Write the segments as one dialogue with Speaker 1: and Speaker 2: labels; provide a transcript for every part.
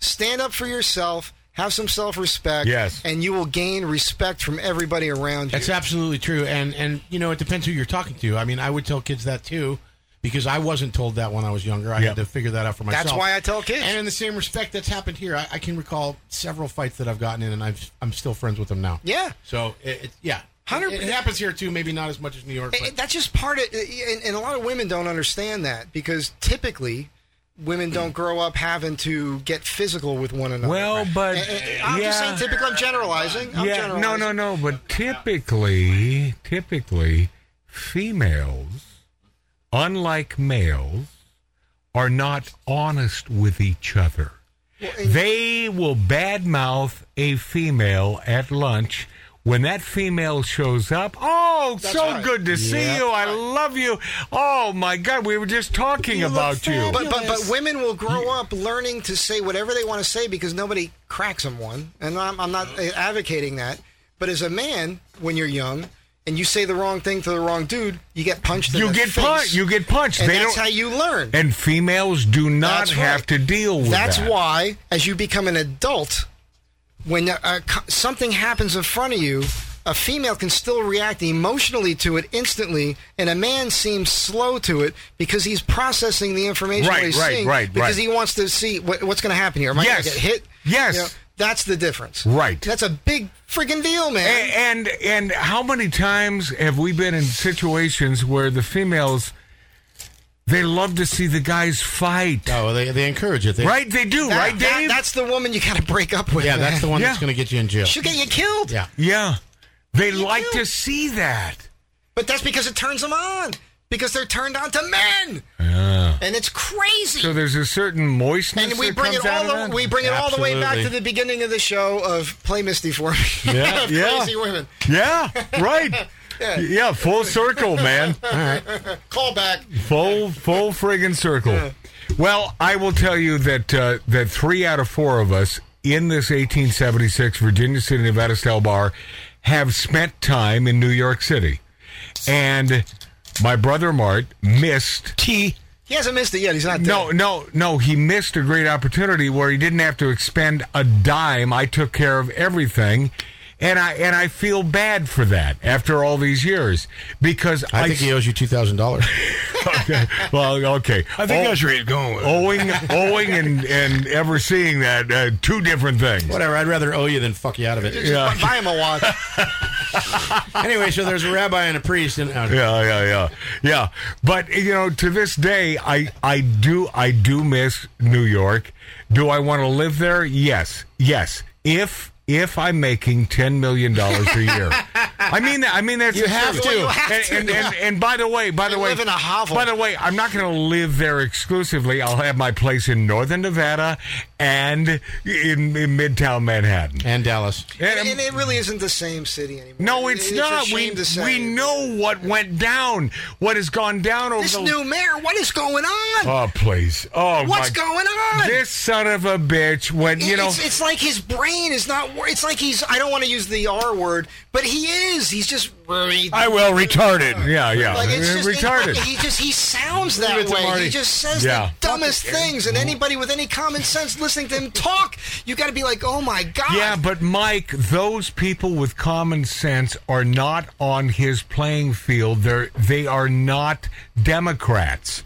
Speaker 1: stand up for yourself, have some self respect,
Speaker 2: Yes.
Speaker 1: and you will gain respect from everybody around you.
Speaker 3: That's absolutely true, and and you know it depends who you're talking to. I mean, I would tell kids that too, because I wasn't told that when I was younger. I
Speaker 2: Yeah.
Speaker 3: had to figure that out for myself.
Speaker 1: That's why I tell kids.
Speaker 3: And in the same respect, that's happened here. I, I can recall several fights that I've gotten in, and I've, I'm still friends with them now.
Speaker 1: Yeah.
Speaker 3: So it, it, yeah,
Speaker 1: 100
Speaker 3: It, it happens here too. Maybe not as much as New York.
Speaker 1: It-
Speaker 3: But
Speaker 1: it- that's just part of, and, and a lot of women don't understand that because typically women don't grow up having to get physical with one another.
Speaker 2: Well, but-
Speaker 1: And- and- and eh, I'm just
Speaker 2: yeah.
Speaker 1: saying typical. I'm generalizing. I'm
Speaker 2: yeah, no,
Speaker 1: generalizing.
Speaker 2: no, no. But typically, typically, females, unlike males, are not honest with each other.
Speaker 1: eh,
Speaker 2: They will badmouth a female at lunch. When that female shows up, oh,
Speaker 1: That's
Speaker 2: so
Speaker 1: right.
Speaker 2: good to see you. I love you. Oh my God, we were just talking
Speaker 3: You look
Speaker 2: about you.
Speaker 3: fabulous.
Speaker 1: But, but but women will grow up learning to say whatever they want to say because nobody cracks them one. And I'm, I'm not uh, advocating that. But as a man, when you're young and you say the wrong thing to the wrong dude, you get punched. in
Speaker 2: you
Speaker 1: the
Speaker 2: get
Speaker 1: face.
Speaker 2: punched. You get punched.
Speaker 1: And
Speaker 2: they
Speaker 1: that's
Speaker 2: don't.
Speaker 1: how you learn.
Speaker 2: and females do not
Speaker 1: That's
Speaker 2: have
Speaker 1: right.
Speaker 2: to deal with
Speaker 1: That's
Speaker 2: that.
Speaker 1: why, as you become an adult, when uh, co- something happens in front of you, a female can still react emotionally to it instantly, and a man seems slow to it because he's processing the information
Speaker 2: Right,
Speaker 1: that he's
Speaker 2: right,
Speaker 1: seeing
Speaker 2: right,
Speaker 1: because he
Speaker 2: right.
Speaker 1: wants to see what, what's going to happen here. Am I going
Speaker 2: Yes.
Speaker 1: to get hit?
Speaker 2: Yes.
Speaker 1: that's the difference.
Speaker 2: Right. Eh,
Speaker 1: That's a big freaking deal, man.
Speaker 2: A- and and how many times have we been in situations where the females they love to see the guys fight?
Speaker 3: oh, they they encourage it. They,
Speaker 2: Right? They do,
Speaker 1: That-
Speaker 2: right,
Speaker 1: that-
Speaker 2: Dave?
Speaker 1: that's the woman you got to break up with.
Speaker 3: Yeah, that's the one
Speaker 2: Yeah.
Speaker 3: that's going to get you in jail.
Speaker 1: She'll get you killed.
Speaker 3: Yeah.
Speaker 2: yeah. They like
Speaker 1: do.
Speaker 2: to see that.
Speaker 1: But that's because it turns them on. Because they're turned on to men. And it's crazy.
Speaker 2: So there's a certain moistness.
Speaker 1: and we
Speaker 2: that
Speaker 1: bring it
Speaker 2: comes out
Speaker 1: all
Speaker 2: of
Speaker 1: the,
Speaker 2: that?
Speaker 1: we bring it all the way back to
Speaker 3: Absolutely.
Speaker 1: the beginning of the show of play Misty for me.
Speaker 2: Yeah,
Speaker 1: Of
Speaker 2: yeah.
Speaker 1: Crazy women.
Speaker 2: Yeah, right. yeah. full circle, man.
Speaker 1: Call back.
Speaker 2: Full full friggin' circle. Well, I will tell you that uh, that three out of four of us in this 1876 Virginia City, Nevada style bar have spent time in New York City, and my brother Mart missed. T.
Speaker 1: He hasn't missed it yet. He's not dead.
Speaker 2: No, no, no. He missed a great opportunity where he didn't have to expend a dime. I took care of everything. And I and I feel bad for that after all these years because
Speaker 3: I think
Speaker 2: s-
Speaker 3: he owes you two thousand dollars.
Speaker 2: okay. Well, okay.
Speaker 4: I think
Speaker 2: Oh,
Speaker 4: that's where he's going with it.
Speaker 2: owing, owing, and and ever seeing that uh, two different things.
Speaker 3: Whatever. I'd rather owe you than fuck you out of it.
Speaker 1: Just
Speaker 2: Yeah.
Speaker 1: Buy him a watch.
Speaker 3: anyway, so there's a rabbi and a priest, and uh,
Speaker 2: Yeah, yeah, yeah, yeah. But you know, to this day, I I do I do miss New York. Do I want to live there? Yes, yes. If if I'm making ten million dollars a year, I mean that. I mean that's
Speaker 3: You have to.
Speaker 1: You have
Speaker 2: And,
Speaker 1: to.
Speaker 2: and, and, and by the way, by the
Speaker 1: You
Speaker 2: way,
Speaker 1: live in a hovel.
Speaker 2: By the way, I'm not going to live there exclusively. I'll have my place in northern Nevada and in, in Midtown Manhattan.
Speaker 3: and Dallas.
Speaker 2: And-
Speaker 1: and, and it really isn't the same city anymore.
Speaker 2: no,
Speaker 1: It-
Speaker 2: it's,
Speaker 1: a
Speaker 2: not.
Speaker 1: shame
Speaker 2: We
Speaker 1: to say.
Speaker 2: we know what went down, what has gone down over
Speaker 1: This
Speaker 2: the.
Speaker 1: new mayor, what is going on?
Speaker 2: oh please! Oh,
Speaker 1: What's
Speaker 2: my-
Speaker 1: going on?
Speaker 2: This son of a bitch went. You know,
Speaker 1: it's, it's like his brain is not. wor- It's like he's. I don't want to use the R word, but he is. He's just.
Speaker 4: I will retarded.
Speaker 2: yeah, yeah,
Speaker 1: Like it's just
Speaker 2: retarded.
Speaker 1: He just he sounds that
Speaker 3: it to
Speaker 1: way.
Speaker 3: Marty.
Speaker 1: He just says
Speaker 2: Yeah.
Speaker 1: the dumbest things, and anybody with any common sense listening to him talk, you got to be like, oh my god.
Speaker 2: yeah, but Mike, those people with common sense are not on his playing field. They're they are not Democrats.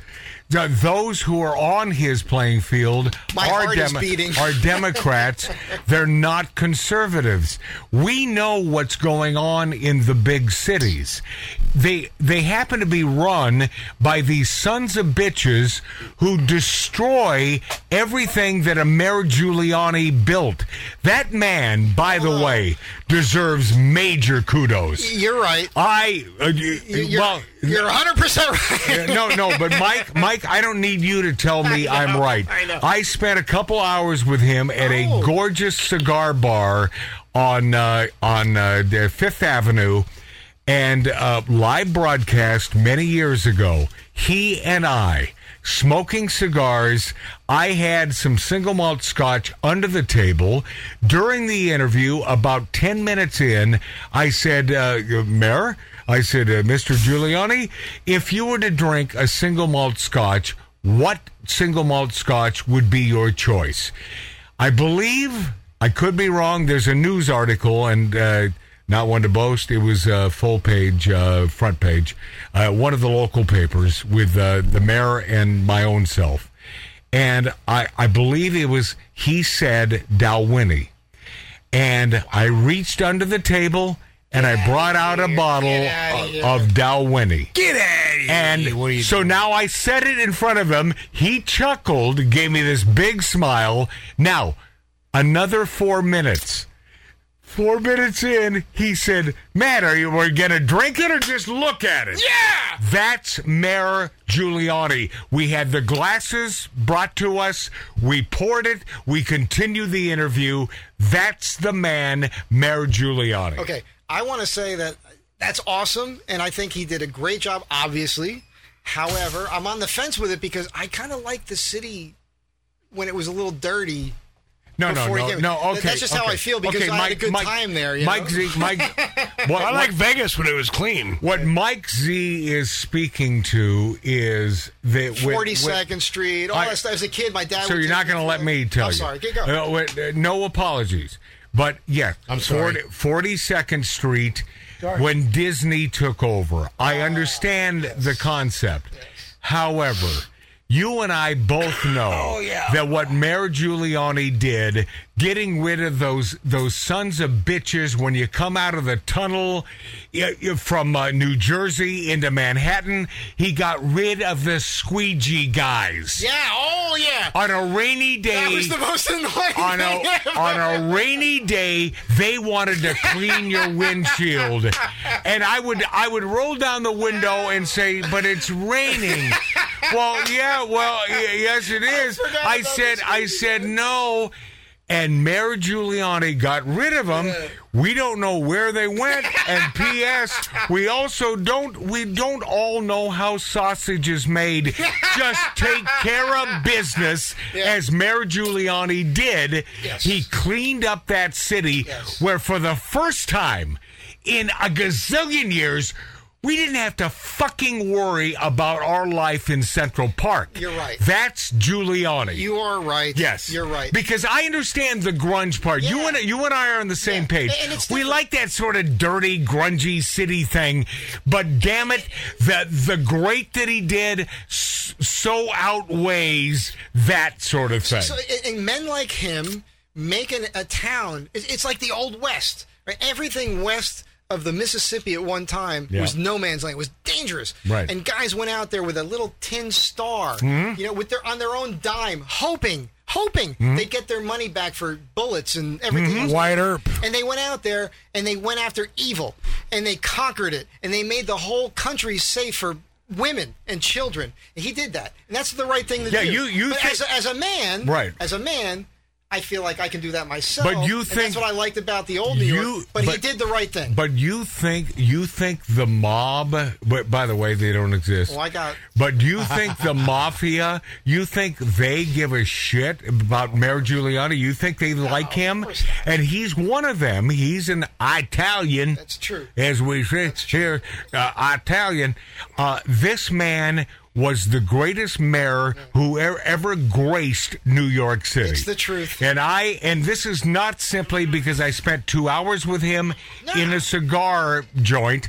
Speaker 2: Th- Those who are on his playing field
Speaker 1: My
Speaker 2: are,
Speaker 1: heart is
Speaker 2: Demo-
Speaker 1: beating.
Speaker 2: are Democrats. They're not conservatives. We know what's going on in the big cities. They they happen to be run by these sons of bitches who destroy everything that a Mayor Giuliani built. That man, by the way, deserves major kudos.
Speaker 1: you're right.
Speaker 2: I uh, y-
Speaker 1: You're,
Speaker 2: well.
Speaker 1: you're 100 percent right.
Speaker 2: Yeah, no, no, but Mike, Mike, I don't need you to tell me
Speaker 1: I know,
Speaker 2: I'm right.
Speaker 1: I know.
Speaker 2: spent a couple hours with him at
Speaker 1: Oh.
Speaker 2: a gorgeous cigar bar on uh, on uh, the Fifth Avenue, and uh, live broadcast many years ago. He and I smoking cigars. I had some single malt scotch under the table. During the interview, about 10 minutes in, I said, uh, Mayor, I said, uh, Mr. Giuliani, if you were to drink a single malt scotch, what single malt scotch would be your choice? I believe I could be wrong. There's a news article, and uh, not one to boast. It was uh, full page, uh, front page, uh, one of the local papers with uh, the mayor and my own self, and I, I believe it was he said Dalwhinnie, and I reached under the table and I brought out a bottle of, of Dalwhinnie.
Speaker 4: Get out of here.
Speaker 2: And so now I said it in front of him. He chuckled, gave me this big smile. Now, another four minutes. Four minutes in, he said, Matt, are you we're gonna drink it or just look at it?
Speaker 4: Yeah!
Speaker 2: That's Mayor Giuliani. We had the glasses brought to us. We poured it. We continue the interview. That's the man, Mayor Giuliani.
Speaker 1: Okay, I want to say that that's awesome, and I think he did a great job. Obviously, however, I'm on the fence with it because I kind of like the city when it was a little dirty.
Speaker 2: No, no,
Speaker 1: before he
Speaker 2: no,
Speaker 1: came.
Speaker 2: no.
Speaker 1: That-
Speaker 2: Okay,
Speaker 1: that's just how
Speaker 2: okay.
Speaker 1: I feel because
Speaker 2: okay,
Speaker 1: I had
Speaker 2: Mike,
Speaker 1: a good
Speaker 2: Mike,
Speaker 1: time there, you
Speaker 2: Mike
Speaker 1: know?
Speaker 2: Z, Mike. What,
Speaker 4: I like
Speaker 2: what,
Speaker 4: Vegas when it was clean.
Speaker 2: what Mike Z is speaking to is that with-
Speaker 1: 42nd
Speaker 2: with-
Speaker 1: Street, all
Speaker 2: I-
Speaker 1: that stuff. As a kid, my dad.
Speaker 2: So
Speaker 1: would
Speaker 2: you're
Speaker 1: take
Speaker 2: not going to let me tell
Speaker 1: I'm
Speaker 2: you.
Speaker 1: sorry. Get going.
Speaker 2: Uh, wait, uh, no apologies, but yes,
Speaker 3: I'm sorry.
Speaker 2: 40, 42nd Street when Disney took over.
Speaker 1: Ah,
Speaker 2: I understand the concept. However, you and I both know
Speaker 1: Oh,
Speaker 2: that what Mayor Giuliani did, getting rid of those those sons of bitches when you come out of the tunnel uh, uh, from uh, New Jersey into Manhattan, he got rid of the squeegee guys
Speaker 1: yeah. Oh yeah.
Speaker 2: on a rainy
Speaker 1: That
Speaker 2: day
Speaker 1: was the most annoying
Speaker 2: on a
Speaker 1: thing ever.
Speaker 2: on a rainy day they wanted to clean your windshield and i would i would roll down the window and say but it's raining well yeah well y- yes it is
Speaker 1: forgot
Speaker 2: i
Speaker 1: about
Speaker 2: said
Speaker 1: this
Speaker 2: i said no and Mayor Giuliani got rid of them. We don't know where they went. And P.S. We also don't we don't all know how sausage is made. Just take care of business, as Mayor Giuliani did.
Speaker 1: Yes.
Speaker 2: He cleaned up that city,
Speaker 1: Yes.
Speaker 2: where for the first time in a gazillion years. We didn't have to fucking worry about our life in Central Park.
Speaker 1: You're right.
Speaker 2: That's Giuliani.
Speaker 1: You are right.
Speaker 2: Yes,
Speaker 1: You're right.
Speaker 2: Because I understand the grunge part. You
Speaker 1: Yeah.
Speaker 2: and you and I are on the same
Speaker 1: Yeah.
Speaker 2: page.
Speaker 1: And it's
Speaker 2: we
Speaker 1: different.
Speaker 2: like that sort of dirty, grungy city thing. But damn it, the the great that he did s- so outweighs that sort of thing.
Speaker 1: So, and- and men like him making a town, it's it's like the old west. Right? Everything west of the Mississippi at one time
Speaker 2: Yeah.
Speaker 1: was no man's land. It was dangerous.
Speaker 2: Right. Hmm?
Speaker 1: And guys went out there with a little tin star, you know, with their on their own dime, hoping, hoping
Speaker 2: Hmm?
Speaker 1: they'd get their money back for bullets and everything. else.
Speaker 4: White herb.
Speaker 1: And they went out there and they went after evil and they conquered it and they made the whole country safe for women and children. And he did that. And that's the right thing to
Speaker 2: Yeah,
Speaker 1: do.
Speaker 2: you- you
Speaker 1: But
Speaker 2: think-
Speaker 1: as, a, as a man,
Speaker 2: Right.
Speaker 1: As a man, I feel like I can do that myself.
Speaker 2: But you
Speaker 1: and
Speaker 2: think-
Speaker 1: that's what I liked about the old New
Speaker 2: You-
Speaker 1: York. But, he
Speaker 2: but-
Speaker 1: did the right thing.
Speaker 2: But you think you think the mob? But by the way, they don't exist.
Speaker 1: Well, I got-
Speaker 2: But you think the mafia? You think they give a shit about Mayor Giuliani? You think they like him?
Speaker 1: course not.
Speaker 2: And he's one of them. He's an Italian.
Speaker 1: That's true.
Speaker 2: As we say here, uh, Italian. Uh, this man was the greatest mayor who er- ever graced New York City.
Speaker 1: It's the truth.
Speaker 2: And I and this is not simply because I spent 2 hours with him in a cigar joint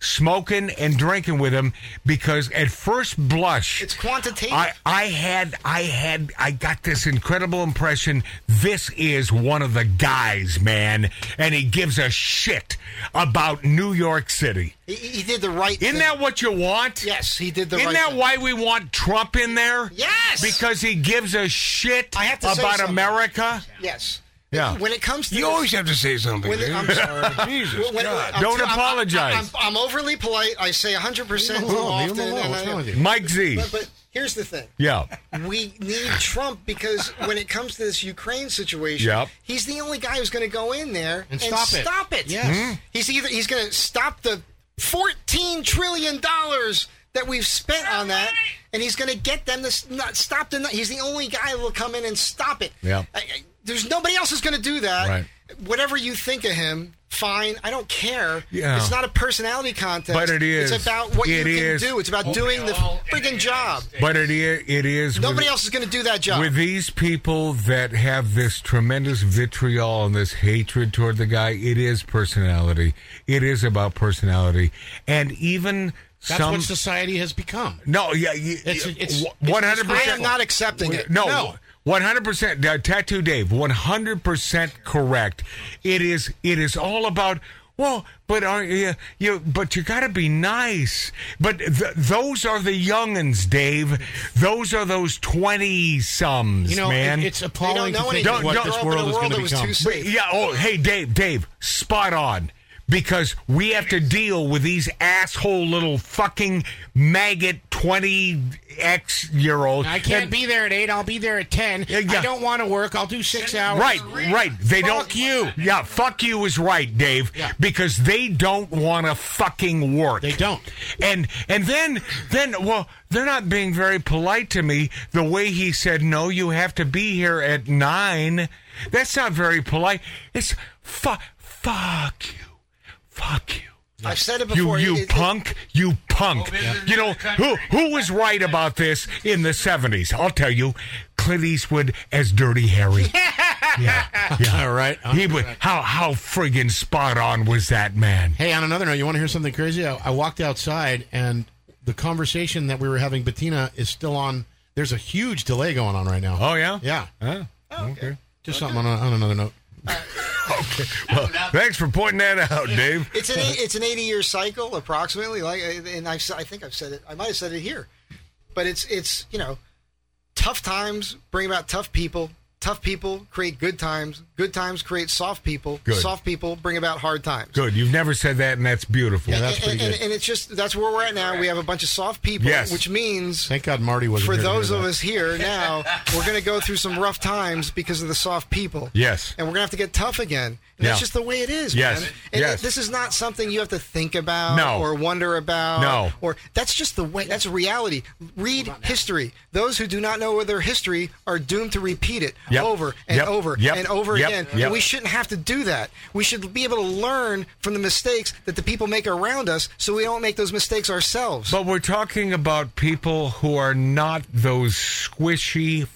Speaker 2: smoking and drinking with him because at first blush
Speaker 1: it's quantitative.
Speaker 2: I, I had I had I got this incredible impression. This is one of the guys, man, and he gives a shit about New York City.
Speaker 1: he, he did the right
Speaker 2: Isn't
Speaker 1: thing.
Speaker 2: that what you want?
Speaker 1: yes, he did the
Speaker 2: Isn't
Speaker 1: right
Speaker 2: that
Speaker 1: thing.
Speaker 2: why we want Trump in there?
Speaker 1: Yes!
Speaker 2: Because he gives a shit
Speaker 1: I have to say
Speaker 2: about
Speaker 1: something.
Speaker 2: America.
Speaker 1: Yes.
Speaker 2: Yeah.
Speaker 1: When it comes to
Speaker 4: You
Speaker 1: this-
Speaker 4: always have to say something.
Speaker 1: When it-
Speaker 4: dude.
Speaker 1: I'm sorry.
Speaker 4: Jesus
Speaker 1: When- when-
Speaker 4: God.
Speaker 1: I'm-
Speaker 2: Don't
Speaker 1: I'm- I'm-
Speaker 2: apologize.
Speaker 1: I'm, I'm overly polite. I say 100% too
Speaker 3: Leave him alone, leave
Speaker 1: often.
Speaker 3: him alone.
Speaker 1: and
Speaker 3: What's
Speaker 1: I-
Speaker 3: wrong with you?
Speaker 2: Mike Z.
Speaker 1: But, but here's the thing.
Speaker 2: yeah.
Speaker 1: We need Trump because when it comes to this Ukraine situation,
Speaker 2: Yep.
Speaker 1: he's the only guy who's going to go in there
Speaker 3: And stop it. Yes. Mhm.
Speaker 1: Hmm. He's either he's going to stop the 14 trillion dollars that we've spent on that and he's going to get them to s- not stop the he's the only guy who will come in and stop it.
Speaker 2: Yep.
Speaker 1: I- I- there's nobody else who's going to do that.
Speaker 2: Right.
Speaker 1: Whatever you think of him, fine. I don't care.
Speaker 2: Yeah.
Speaker 1: It's not a personality contest.
Speaker 2: But it is.
Speaker 1: It's about what
Speaker 2: It
Speaker 1: you
Speaker 2: is.
Speaker 1: can do. It's about
Speaker 3: Oh,
Speaker 1: doing the
Speaker 4: all in
Speaker 1: freaking
Speaker 4: the
Speaker 1: job.
Speaker 2: But it is. It is
Speaker 1: Nobody
Speaker 2: with,
Speaker 1: else is going to do that job.
Speaker 2: with these people that have this tremendous vitriol and this hatred toward the guy. It is personality. It is about personality, and even
Speaker 3: That's
Speaker 2: some.
Speaker 3: what society has become.
Speaker 2: no, yeah, you-
Speaker 3: It's- it's-
Speaker 2: one hundred
Speaker 1: I
Speaker 2: percent.
Speaker 1: am not accepting it.
Speaker 2: No, one hundred percent. Tattoo Dave, one hundred percent correct. It is. It is all about. Well, but are you? you but you got to be nice. But th- those are the youngins, Dave. Those are those twenty sums,
Speaker 3: You know,
Speaker 2: man.
Speaker 3: it- it's
Speaker 1: They
Speaker 3: appalling
Speaker 1: don't know
Speaker 3: to
Speaker 1: anything.
Speaker 3: think
Speaker 2: Don't-
Speaker 3: of what
Speaker 2: don't-
Speaker 3: this
Speaker 1: Grow up in
Speaker 3: world
Speaker 1: a
Speaker 3: is going to
Speaker 1: that was
Speaker 3: become.
Speaker 1: too
Speaker 2: But,
Speaker 1: safe.
Speaker 2: yeah.
Speaker 3: uh,
Speaker 2: Oh, hey, Dave. Dave, spot on. Because we have to deal with these asshole little fucking maggot twenty x year olds.
Speaker 3: I can't be there at eight. I'll be there at ten.
Speaker 2: Yeah, yeah.
Speaker 3: I don't want to work. I'll do six hours.
Speaker 2: Right, right. They
Speaker 3: Fuck
Speaker 2: don't.
Speaker 3: you.
Speaker 2: Yeah, fuck you is right, Dave.
Speaker 3: Yeah.
Speaker 2: Because they don't want to fucking work.
Speaker 3: They don't.
Speaker 2: And and then then well, they're not being very polite to me. The way he said, "No, you have to be here at nine. That's not very polite. It's fuck, fuck you, fuck you.
Speaker 1: I've said it
Speaker 2: You,
Speaker 1: before.
Speaker 2: you
Speaker 1: It- it-
Speaker 2: punk, you punk.
Speaker 4: Well, this is
Speaker 2: You know,
Speaker 4: the country.
Speaker 2: who, who was right about this in the 70s? I'll tell you, Clint Eastwood as Dirty Harry. yeah, yeah.
Speaker 3: All right.
Speaker 2: He would, how, how friggin' spot on was that man?
Speaker 3: Hey, on another note, you want to hear something crazy? I, I walked outside, and the conversation that we were having, Bettina, is still on. There's a huge delay going on right now.
Speaker 2: Oh, yeah?
Speaker 3: Yeah.
Speaker 2: Huh?
Speaker 1: Oh,
Speaker 2: okay.
Speaker 3: Just something on, a, on another note.
Speaker 2: Well, thanks for pointing that out, Dave.
Speaker 1: It's an it's an eighty year cycle approximately. Like, and I've, s- I think I've said it. I might have said it here, but it's it's you know, tough times bring about tough people. Tough people create good times. Good times create soft people.
Speaker 2: Good.
Speaker 1: Soft people bring about hard times.
Speaker 2: Good. You've never said that, and that's beautiful.
Speaker 3: Yeah, that's pretty
Speaker 1: and, and,
Speaker 3: good.
Speaker 1: and it's just that's where we're at now. We have a bunch of soft people,
Speaker 2: Yes.
Speaker 1: which means
Speaker 3: Thank God Marty was
Speaker 1: for those of us here now, we're going to go through some rough times because of the soft people.
Speaker 2: Yes.
Speaker 1: And we're going to have to get tough again. And
Speaker 2: Yeah.
Speaker 1: That's just the way it is.
Speaker 2: Yes.
Speaker 1: Man. And
Speaker 2: Yes.
Speaker 1: this is not something you have to think about
Speaker 2: No.
Speaker 1: or wonder about.
Speaker 2: No.
Speaker 1: Or that's just the way. That's reality. Read history. Those who do not know their history are doomed to repeat it
Speaker 2: Yep.
Speaker 1: over and
Speaker 2: Yep.
Speaker 1: over
Speaker 2: Yep.
Speaker 1: and over
Speaker 2: Yep.
Speaker 1: again.
Speaker 2: Yep.
Speaker 1: And we shouldn't have to do that. We should be able to learn from the mistakes that the people make around us so we don't make those mistakes ourselves.
Speaker 2: But we're talking about people who are not those squishy,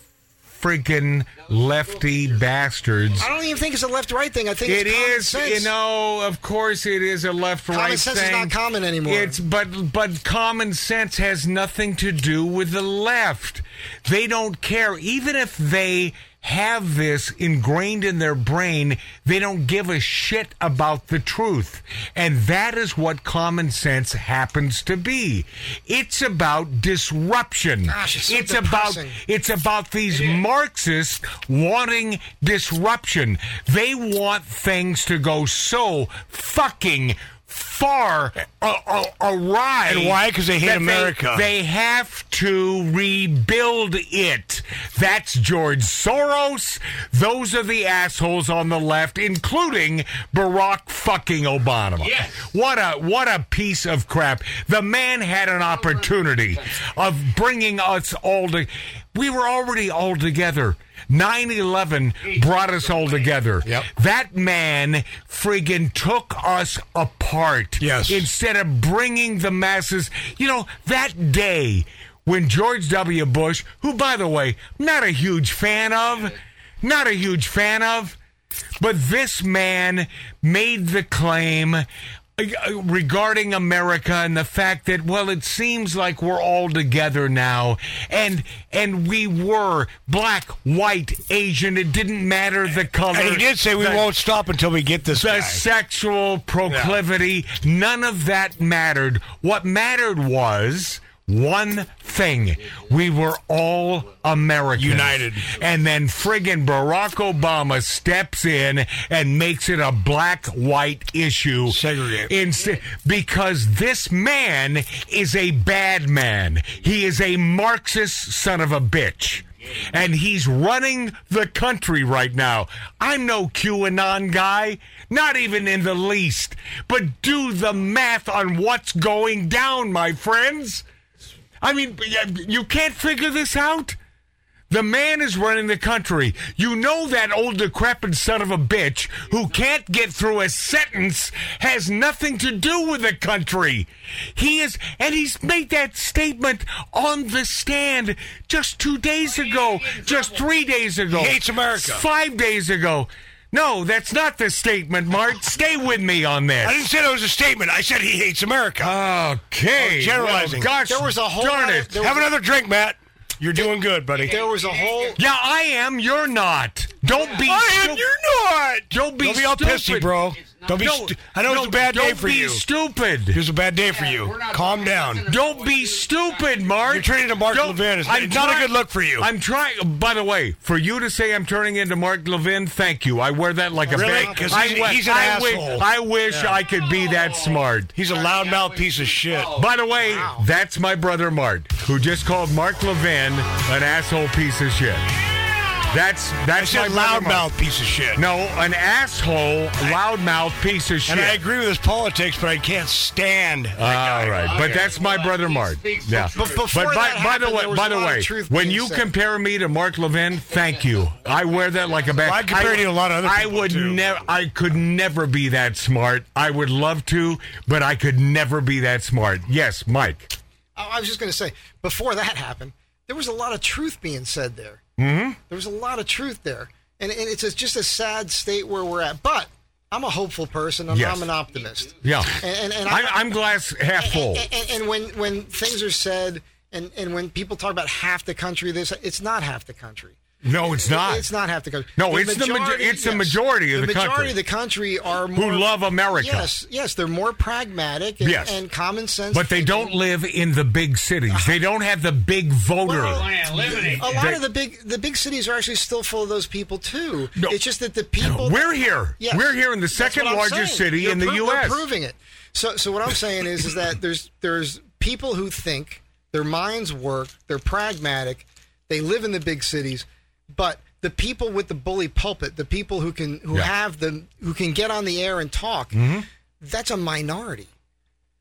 Speaker 2: friggin' lefty bastards.
Speaker 1: I don't even think it's a left-right thing. I think
Speaker 2: It
Speaker 1: it's common
Speaker 2: is,
Speaker 1: sense.
Speaker 2: you know. Of course, it is a left-right
Speaker 1: Common sense is
Speaker 2: thing.
Speaker 1: not common anymore.
Speaker 2: It's but but common sense has nothing to do with the left. They don't care, even if they have this ingrained in their brain. They don't give a shit about the truth, and that is what common sense happens to be. It's about disruption.
Speaker 1: Gosh, it's so
Speaker 2: about
Speaker 1: depressing.
Speaker 2: it's about these Marxists wanting disruption. They want things to go so fucking far uh, uh, awry.
Speaker 4: And why? 'Cause they hate
Speaker 2: that
Speaker 4: America.
Speaker 2: They have to rebuild it. That's George Soros. Those are the assholes on the left, including Barack fucking Obama.
Speaker 4: Yes.
Speaker 2: What a what a piece of crap. The man had an opportunity of bringing us all to we were already all together. 9/11 brought us all together.
Speaker 3: Yep.
Speaker 2: That man friggin' took us apart.
Speaker 4: Yes.
Speaker 2: Instead of bringing the masses, you know, that day when George W. Bush, who by the way, not a huge fan of, not a huge fan of, but this man made the claim uh, regarding America and the fact that well it seems like we're all together now and and we were black white asian it didn't matter the color
Speaker 4: And he did say we
Speaker 2: the-
Speaker 4: won't stop until we get this
Speaker 2: the
Speaker 4: guy.
Speaker 2: sexual proclivity, none of that mattered. What mattered was one thing. We were all Americans.
Speaker 4: United.
Speaker 2: And then friggin' Barack Obama steps in and makes it a black white issue.
Speaker 4: Segregate.
Speaker 2: Instead, because this man is a bad man. He is a Marxist son of a bitch. And he's running the country right now. I'm no QAnon guy, not even in the least. But do the math on what's going down, my friends. I mean, you can't figure this out. The man is running the country. You know that old decrepit son of a bitch who can't get through a sentence has nothing to do with the country. He is, and he's made that statement on the stand just two days ago, just three days ago.
Speaker 4: He hates America.
Speaker 2: Five days ago. No, that's not the statement, Mart. Stay with me on this.
Speaker 4: I didn't say that was a statement. I said he hates America.
Speaker 2: Okay.
Speaker 4: Oh, generalizing.
Speaker 2: Well, gosh,
Speaker 1: There was a whole
Speaker 2: darn
Speaker 1: lot of-
Speaker 2: it.
Speaker 1: there
Speaker 4: Have
Speaker 1: was-
Speaker 4: another drink, Matt. You're doing good, buddy.
Speaker 1: There was a whole.
Speaker 2: yeah, I am. You're not. Don't be.
Speaker 4: I am.
Speaker 2: stup-
Speaker 4: You're not.
Speaker 2: Don't be
Speaker 4: Don't be all
Speaker 2: stupid.
Speaker 4: pissy, bro. Don't be.
Speaker 2: No,
Speaker 4: stu- I know
Speaker 2: no,
Speaker 4: it's a bad day
Speaker 2: don't
Speaker 4: for
Speaker 2: be
Speaker 4: you. it
Speaker 2: Stupid.
Speaker 4: was a bad day for you. Calm down.
Speaker 2: Don't be stupid, Mark.
Speaker 4: You're turning into Mark
Speaker 2: Don't-
Speaker 4: Levin. It's
Speaker 2: I'm
Speaker 4: it's not a
Speaker 2: try-
Speaker 4: good look for you.
Speaker 2: I'm trying. By the way, for you to say I'm turning into Mark Levin, thank you. I wear that like a
Speaker 4: Really?
Speaker 2: bag.
Speaker 4: 'Cause
Speaker 2: I
Speaker 4: he's-
Speaker 2: wi-
Speaker 4: he's an
Speaker 2: I
Speaker 4: asshole.
Speaker 2: Wish, I wish I could be that smart.
Speaker 4: He's a loudmouth piece of shit.
Speaker 2: By the way, that's my brother Mark, who just called Mark Levin an asshole piece of shit. That's
Speaker 4: I
Speaker 2: that's my
Speaker 4: said
Speaker 2: brother Mark.
Speaker 4: loudmouth piece of shit.
Speaker 2: No, an asshole, loudmouth piece of shit.
Speaker 4: And I agree with his politics, but I can't stand. that guy.
Speaker 2: All right, but that's my brother Mark. Yeah.
Speaker 1: But before
Speaker 2: But by,
Speaker 1: that
Speaker 2: by
Speaker 1: happened,
Speaker 2: the way,
Speaker 1: there was
Speaker 2: by
Speaker 1: a
Speaker 2: the
Speaker 1: lot of
Speaker 2: way,
Speaker 1: truth
Speaker 2: when
Speaker 1: being
Speaker 2: you
Speaker 1: said.
Speaker 2: compare me to Mark Levin, thank you. I wear that like a bag.
Speaker 4: Well, I compare
Speaker 2: would-
Speaker 4: you to a lot of other
Speaker 2: I
Speaker 4: people,
Speaker 2: would
Speaker 4: too.
Speaker 2: never. I could never be that smart. I would love to, but I could never be that smart. Yes, Mike.
Speaker 1: I I was just going to say before that happened, there was a lot of truth being said there. Mm-hmm. There was a lot of truth there, and, and it's a, just a sad state where we're at. But I'm a hopeful person. I'm,
Speaker 2: Yes.
Speaker 1: I'm an optimist.
Speaker 2: Yeah.
Speaker 1: And, and, and
Speaker 2: I, I'm glass half full.
Speaker 1: and, and, and when when things are said, and and when people talk about half the country, this it's not half the country.
Speaker 2: No, it's not.
Speaker 1: It's not half the country.
Speaker 2: No, it's the majo- it's the majority of the
Speaker 1: majority
Speaker 2: country.
Speaker 1: of the country are more,
Speaker 2: love America.
Speaker 1: Yes, yes, they're more pragmatic and,
Speaker 2: Yes.
Speaker 1: and common sense.
Speaker 2: But they don't
Speaker 1: thinking.
Speaker 2: live in the big cities. They don't have the big voter.
Speaker 1: Well, A lot
Speaker 2: They-
Speaker 1: of the big the big cities are actually still full of those people too.
Speaker 2: No.
Speaker 1: It's just that the people
Speaker 2: We're here.
Speaker 1: Yes.
Speaker 2: We're here in the
Speaker 1: That's what
Speaker 2: second
Speaker 1: I'm
Speaker 2: largest
Speaker 1: saying.
Speaker 2: city
Speaker 1: You're
Speaker 2: in the
Speaker 1: pro-
Speaker 2: U.S.
Speaker 1: You're proving it. So so what I'm saying is is that there's there's people who think their minds work, they're pragmatic, they live in the big cities, but the people with the bully pulpit, the people who can who
Speaker 2: Yeah. Mm-hmm.
Speaker 1: have the who can get on the air and talk, that's a minority.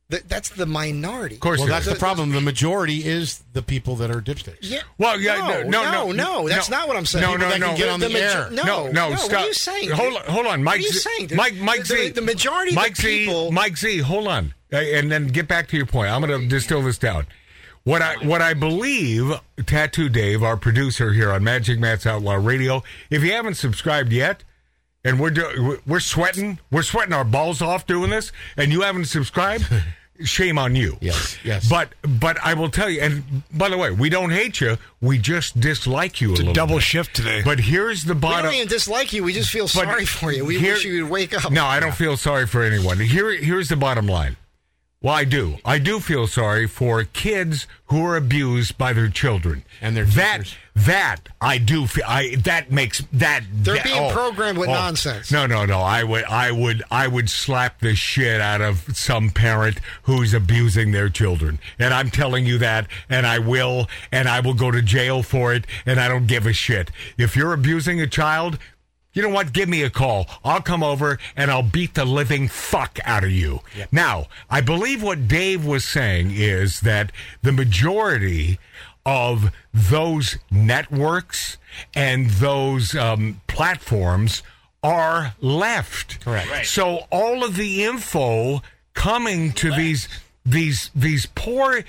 Speaker 1: That, that's the minority.
Speaker 2: Of course,
Speaker 3: Well,
Speaker 2: it
Speaker 3: that's
Speaker 2: is.
Speaker 3: the problem. The majority is the people that are dipsticks.
Speaker 1: Yeah.
Speaker 2: Well, yeah,
Speaker 1: no,
Speaker 2: no, no,
Speaker 1: no, no, That's
Speaker 2: no.
Speaker 1: not what I'm saying.
Speaker 2: No, no,
Speaker 1: That can
Speaker 2: no.
Speaker 1: get
Speaker 2: The
Speaker 1: on the
Speaker 3: major-
Speaker 1: air.
Speaker 3: no,
Speaker 1: No,
Speaker 2: no,
Speaker 1: What
Speaker 2: stop.
Speaker 1: are you saying? dude?
Speaker 2: Hold on, hold on,
Speaker 1: What
Speaker 2: Mike.
Speaker 1: are you
Speaker 2: Z-
Speaker 1: saying? dude?
Speaker 2: Mike, Mike
Speaker 1: the,
Speaker 2: Z.
Speaker 1: The, the majority
Speaker 2: Mike
Speaker 1: of the people.
Speaker 2: Z, Mike Z, hold on, Uh, and then get back to your point. I'm going to distill this down. What I what I believe, Tattoo Dave, our producer here on Magic Matt's Outlaw Radio. If you haven't subscribed yet, and we're do, we're sweating, we're sweating our balls off doing this, and you haven't subscribed, shame on you.
Speaker 3: Yes, yes.
Speaker 2: But but I will tell you. And by the way, we don't hate you. We just dislike you a little.
Speaker 4: Double
Speaker 2: bit.
Speaker 4: shift today.
Speaker 2: But here's the
Speaker 1: we
Speaker 2: bottom.
Speaker 1: don't even dislike you. We just feel
Speaker 2: But
Speaker 1: sorry for you. We
Speaker 2: here-
Speaker 1: wish you would wake up.
Speaker 2: No, I don't feel sorry for anyone. Here, here's the bottom line. Well, I do. I do feel sorry for kids who are abused by their children
Speaker 3: And their
Speaker 2: that
Speaker 3: teachers.
Speaker 2: that I do. Feel, I that makes that
Speaker 1: They're
Speaker 2: that- oh,
Speaker 1: being programmed with nonsense.
Speaker 2: No, no, no. I would, I would, I would slap the shit out of some parent who's abusing their children, and I'm telling you that, and I will, and I will go to jail for it, and I don't give a shit. If you're abusing a child, you know what? Give me a call. I'll come over and I'll beat the living fuck out of you. Now, I believe what Dave was saying is that the majority of those networks and those um, platforms are left. Correct. So all of the info coming to these these these poor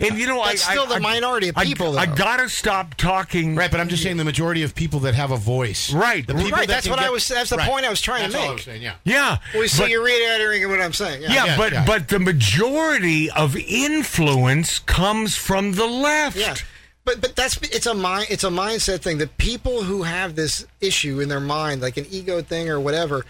Speaker 2: and you know
Speaker 1: That's
Speaker 2: I
Speaker 1: still
Speaker 2: I,
Speaker 1: the
Speaker 2: I-
Speaker 1: minority of
Speaker 2: I-
Speaker 1: people,
Speaker 2: I,
Speaker 1: though.
Speaker 2: gotta stop talking.
Speaker 3: Right, but I'm just saying the majority of people that have a voice.
Speaker 2: Right.
Speaker 3: The people
Speaker 1: Right,
Speaker 3: that
Speaker 1: that's
Speaker 3: can
Speaker 1: what I
Speaker 3: get-
Speaker 1: was- that's the point I was trying to
Speaker 3: That's all I
Speaker 1: make.
Speaker 3: was saying, yeah.
Speaker 2: Yeah.
Speaker 1: We see
Speaker 2: but-
Speaker 1: you're reiterating what I'm saying. Yeah.
Speaker 2: Yeah,
Speaker 3: Yeah,
Speaker 2: but
Speaker 3: yeah.
Speaker 2: but the majority of influence comes from the left.
Speaker 1: Yeah. But but that's it's a mind it's a mindset thing. The people who have this issue in their mind, like an ego thing or whatever,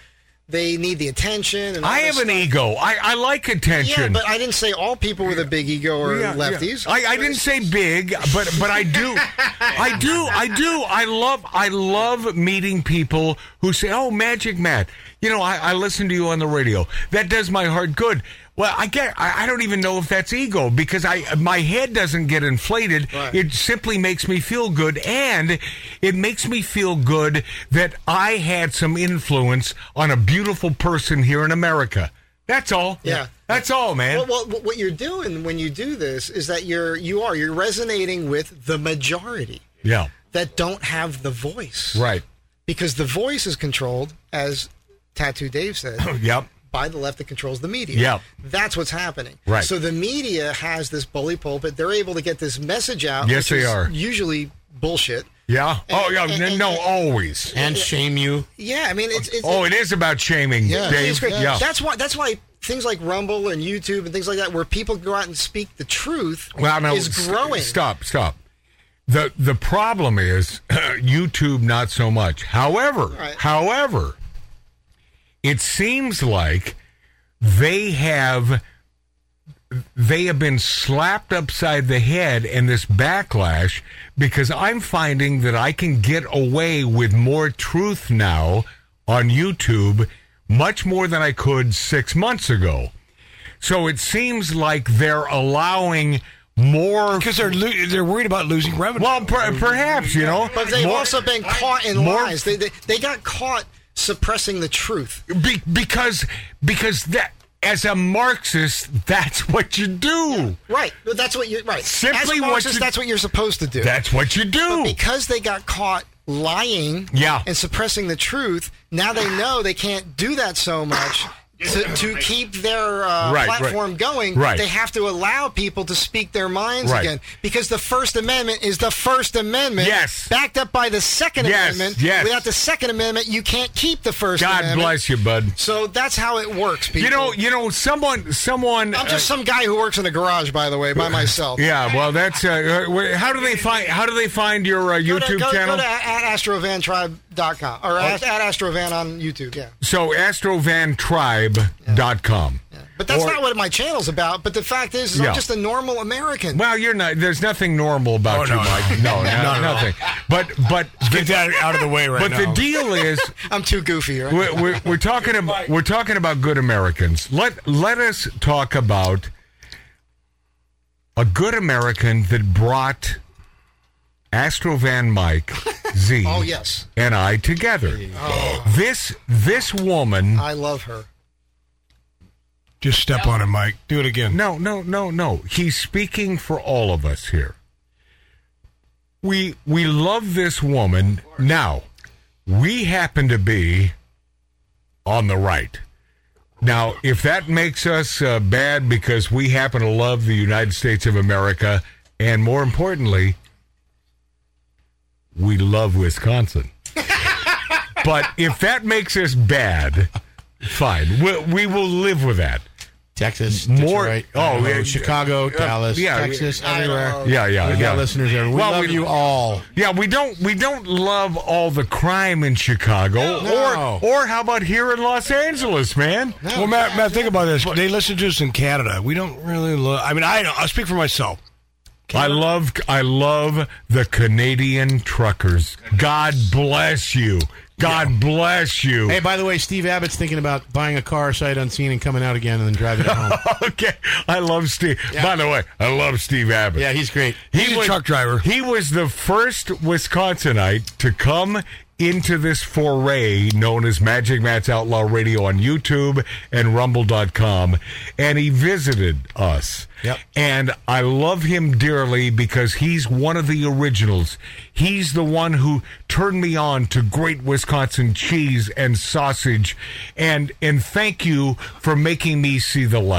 Speaker 1: they need the attention. And all
Speaker 2: I
Speaker 1: this
Speaker 2: have an
Speaker 1: stuff.
Speaker 2: ego. I, I like
Speaker 1: Yeah,
Speaker 2: attention.
Speaker 1: but I didn't say all people with a big ego are
Speaker 2: Yeah,
Speaker 1: lefties.
Speaker 2: yeah. I, I didn't say big, but but I do, I do, I do. I love I love meeting people who say, "Oh, Magic Matt, you know, I, I listen to you on the radio. That does my heart good." Well, I get. I, I don't even know if that's ego because I my head doesn't get inflated.
Speaker 1: Right.
Speaker 2: It simply makes me feel good, and it makes me feel good that I had some influence on a beautiful person here in America. That's all.
Speaker 1: Yeah.
Speaker 2: That's all, man.
Speaker 1: Well, well, what you're doing when you do this is that you're you are you're resonating with the majority.
Speaker 2: yeah.
Speaker 1: that don't have the voice.
Speaker 2: Right.
Speaker 1: Because the voice is controlled, as Tattoo Dave said,
Speaker 2: Yep.
Speaker 1: by the left that controls the media.
Speaker 2: Yep.
Speaker 1: That's what's happening.
Speaker 2: Right.
Speaker 1: So the media has this bully pulpit. They're able to get this message out.
Speaker 2: Yes,
Speaker 1: which
Speaker 2: they
Speaker 1: is
Speaker 2: are.
Speaker 1: Usually bullshit.
Speaker 2: Yeah. Oh, yeah.
Speaker 1: and-
Speaker 2: n-
Speaker 1: and-
Speaker 2: No, always.
Speaker 3: and shame you.
Speaker 1: Yeah, I mean, it's. it's
Speaker 2: Oh, it is about shaming,
Speaker 3: Yeah,
Speaker 2: Dave.
Speaker 1: It's great.
Speaker 2: Yeah.
Speaker 1: That's why. That's why things like Rumble and YouTube and things like that, where people go out and speak the truth,
Speaker 2: well, no,
Speaker 1: is
Speaker 2: st-
Speaker 1: growing.
Speaker 2: Stop, stop. The the problem is YouTube not so much. However,
Speaker 1: right.
Speaker 2: however, it seems like they have they have been slapped upside the head in this backlash because I'm finding that I can get away with more truth now on YouTube much more than I could 6 months ago. So it seems like they're allowing more
Speaker 4: Because they're lo- they're worried about losing revenue.
Speaker 2: well, per- perhaps you know,
Speaker 1: But they've
Speaker 2: more-
Speaker 1: also been caught in
Speaker 2: more-
Speaker 1: lies. They, they they got caught suppressing the truth.
Speaker 2: be- because because that as a Marxist, that's what you do.
Speaker 1: Right. Well, That's what you're right.
Speaker 2: Simply
Speaker 1: As a
Speaker 2: what
Speaker 1: Marxist,
Speaker 2: you-
Speaker 1: that's what you're supposed to do.
Speaker 2: That's what you do.
Speaker 1: because they got caught lying
Speaker 2: Yeah.
Speaker 1: and suppressing the truth, now they know they can't do that so much to, to keep their uh,
Speaker 2: Right, right.
Speaker 1: platform going.
Speaker 2: Right.
Speaker 1: They have to allow people to speak their minds
Speaker 2: Right.
Speaker 1: again because the First Amendment is the First Amendment,
Speaker 2: Yes.
Speaker 1: backed up by the Second
Speaker 2: Yes,
Speaker 1: Amendment.
Speaker 2: yes.
Speaker 1: Without the Second Amendment, you can't keep the First
Speaker 2: God
Speaker 1: Amendment.
Speaker 2: bless you, bud.
Speaker 1: So that's how it works, people.
Speaker 2: You know, you know, someone, someone.
Speaker 1: I'm
Speaker 2: uh,
Speaker 1: just some guy who works in a garage, by the way, by myself.
Speaker 2: yeah, well, that's uh, uh, wait, how do they find how do they find your uh,
Speaker 1: Go to-
Speaker 2: YouTube
Speaker 1: go,
Speaker 2: channel? Oh.
Speaker 1: Go to at astrovantribe.com or at, at astrovan on YouTube. Yeah.
Speaker 2: so astrovantribe.com.
Speaker 1: But that's
Speaker 2: Or-
Speaker 1: not what my channel's about. But the fact is, is
Speaker 2: Yeah.
Speaker 1: I'm just a normal American.
Speaker 2: Well, you're not. There's nothing normal about
Speaker 4: Oh,
Speaker 2: you,
Speaker 4: no, no.
Speaker 2: Mike. No, no, nothing. But but
Speaker 4: Get that out of the way right
Speaker 2: but
Speaker 4: now.
Speaker 2: the deal is.
Speaker 1: I'm too goofy, right?
Speaker 2: we're, we're, we're talking about we're talking about good Americans. Let let us talk about a good American that brought Astrovan Mike Z.
Speaker 1: Oh, yes. Oh.
Speaker 2: and I together. This this woman.
Speaker 1: I love her.
Speaker 4: Just step on it, Mike. Do it again.
Speaker 2: No, no, no, no. He's speaking for all of us here. We we love this woman. Now, we happen to be on the right. Now, if that makes us uh, bad because we happen to love the United States of America, and more importantly, we love Wisconsin. but if that makes us bad, fine. We, we will live with that.
Speaker 3: Texas,
Speaker 2: More-
Speaker 3: Detroit,
Speaker 2: oh,
Speaker 3: Idaho,
Speaker 2: yeah,
Speaker 3: Chicago, Dallas,
Speaker 2: yeah,
Speaker 3: Texas,
Speaker 1: I don't
Speaker 3: everywhere.
Speaker 1: know.
Speaker 2: Yeah, yeah,
Speaker 3: We
Speaker 2: yeah.
Speaker 3: got listeners everywhere. We
Speaker 2: Well,
Speaker 3: love
Speaker 2: we-
Speaker 3: you all.
Speaker 2: Yeah, we don't we don't love all the crime in Chicago,
Speaker 3: No.
Speaker 2: or or how about here in Los Angeles, man?
Speaker 4: Well, Matt, Matt, think about this. They listen to us in Canada. We don't really look. I mean, I don't. I'll speak for myself.
Speaker 2: I love I love the Canadian truckers. God bless you. God bless you.
Speaker 3: Hey, by the way, Steve Abbott's thinking about buying a car sight unseen and coming out again and then driving it home.
Speaker 2: Okay, I love Steve. By the way, I love Steve Abbott.
Speaker 3: yeah, he's great.
Speaker 2: He
Speaker 4: He's a truck driver.
Speaker 2: He was the first Wisconsinite to come into this foray known as Magic Matt's Outlaw Radio on YouTube and Rumble.com. And he visited us.
Speaker 3: Yep.
Speaker 2: And I love him dearly because he's one of the originals. He's the one who turned me on to great Wisconsin cheese and sausage. And and thank you for making me see the light.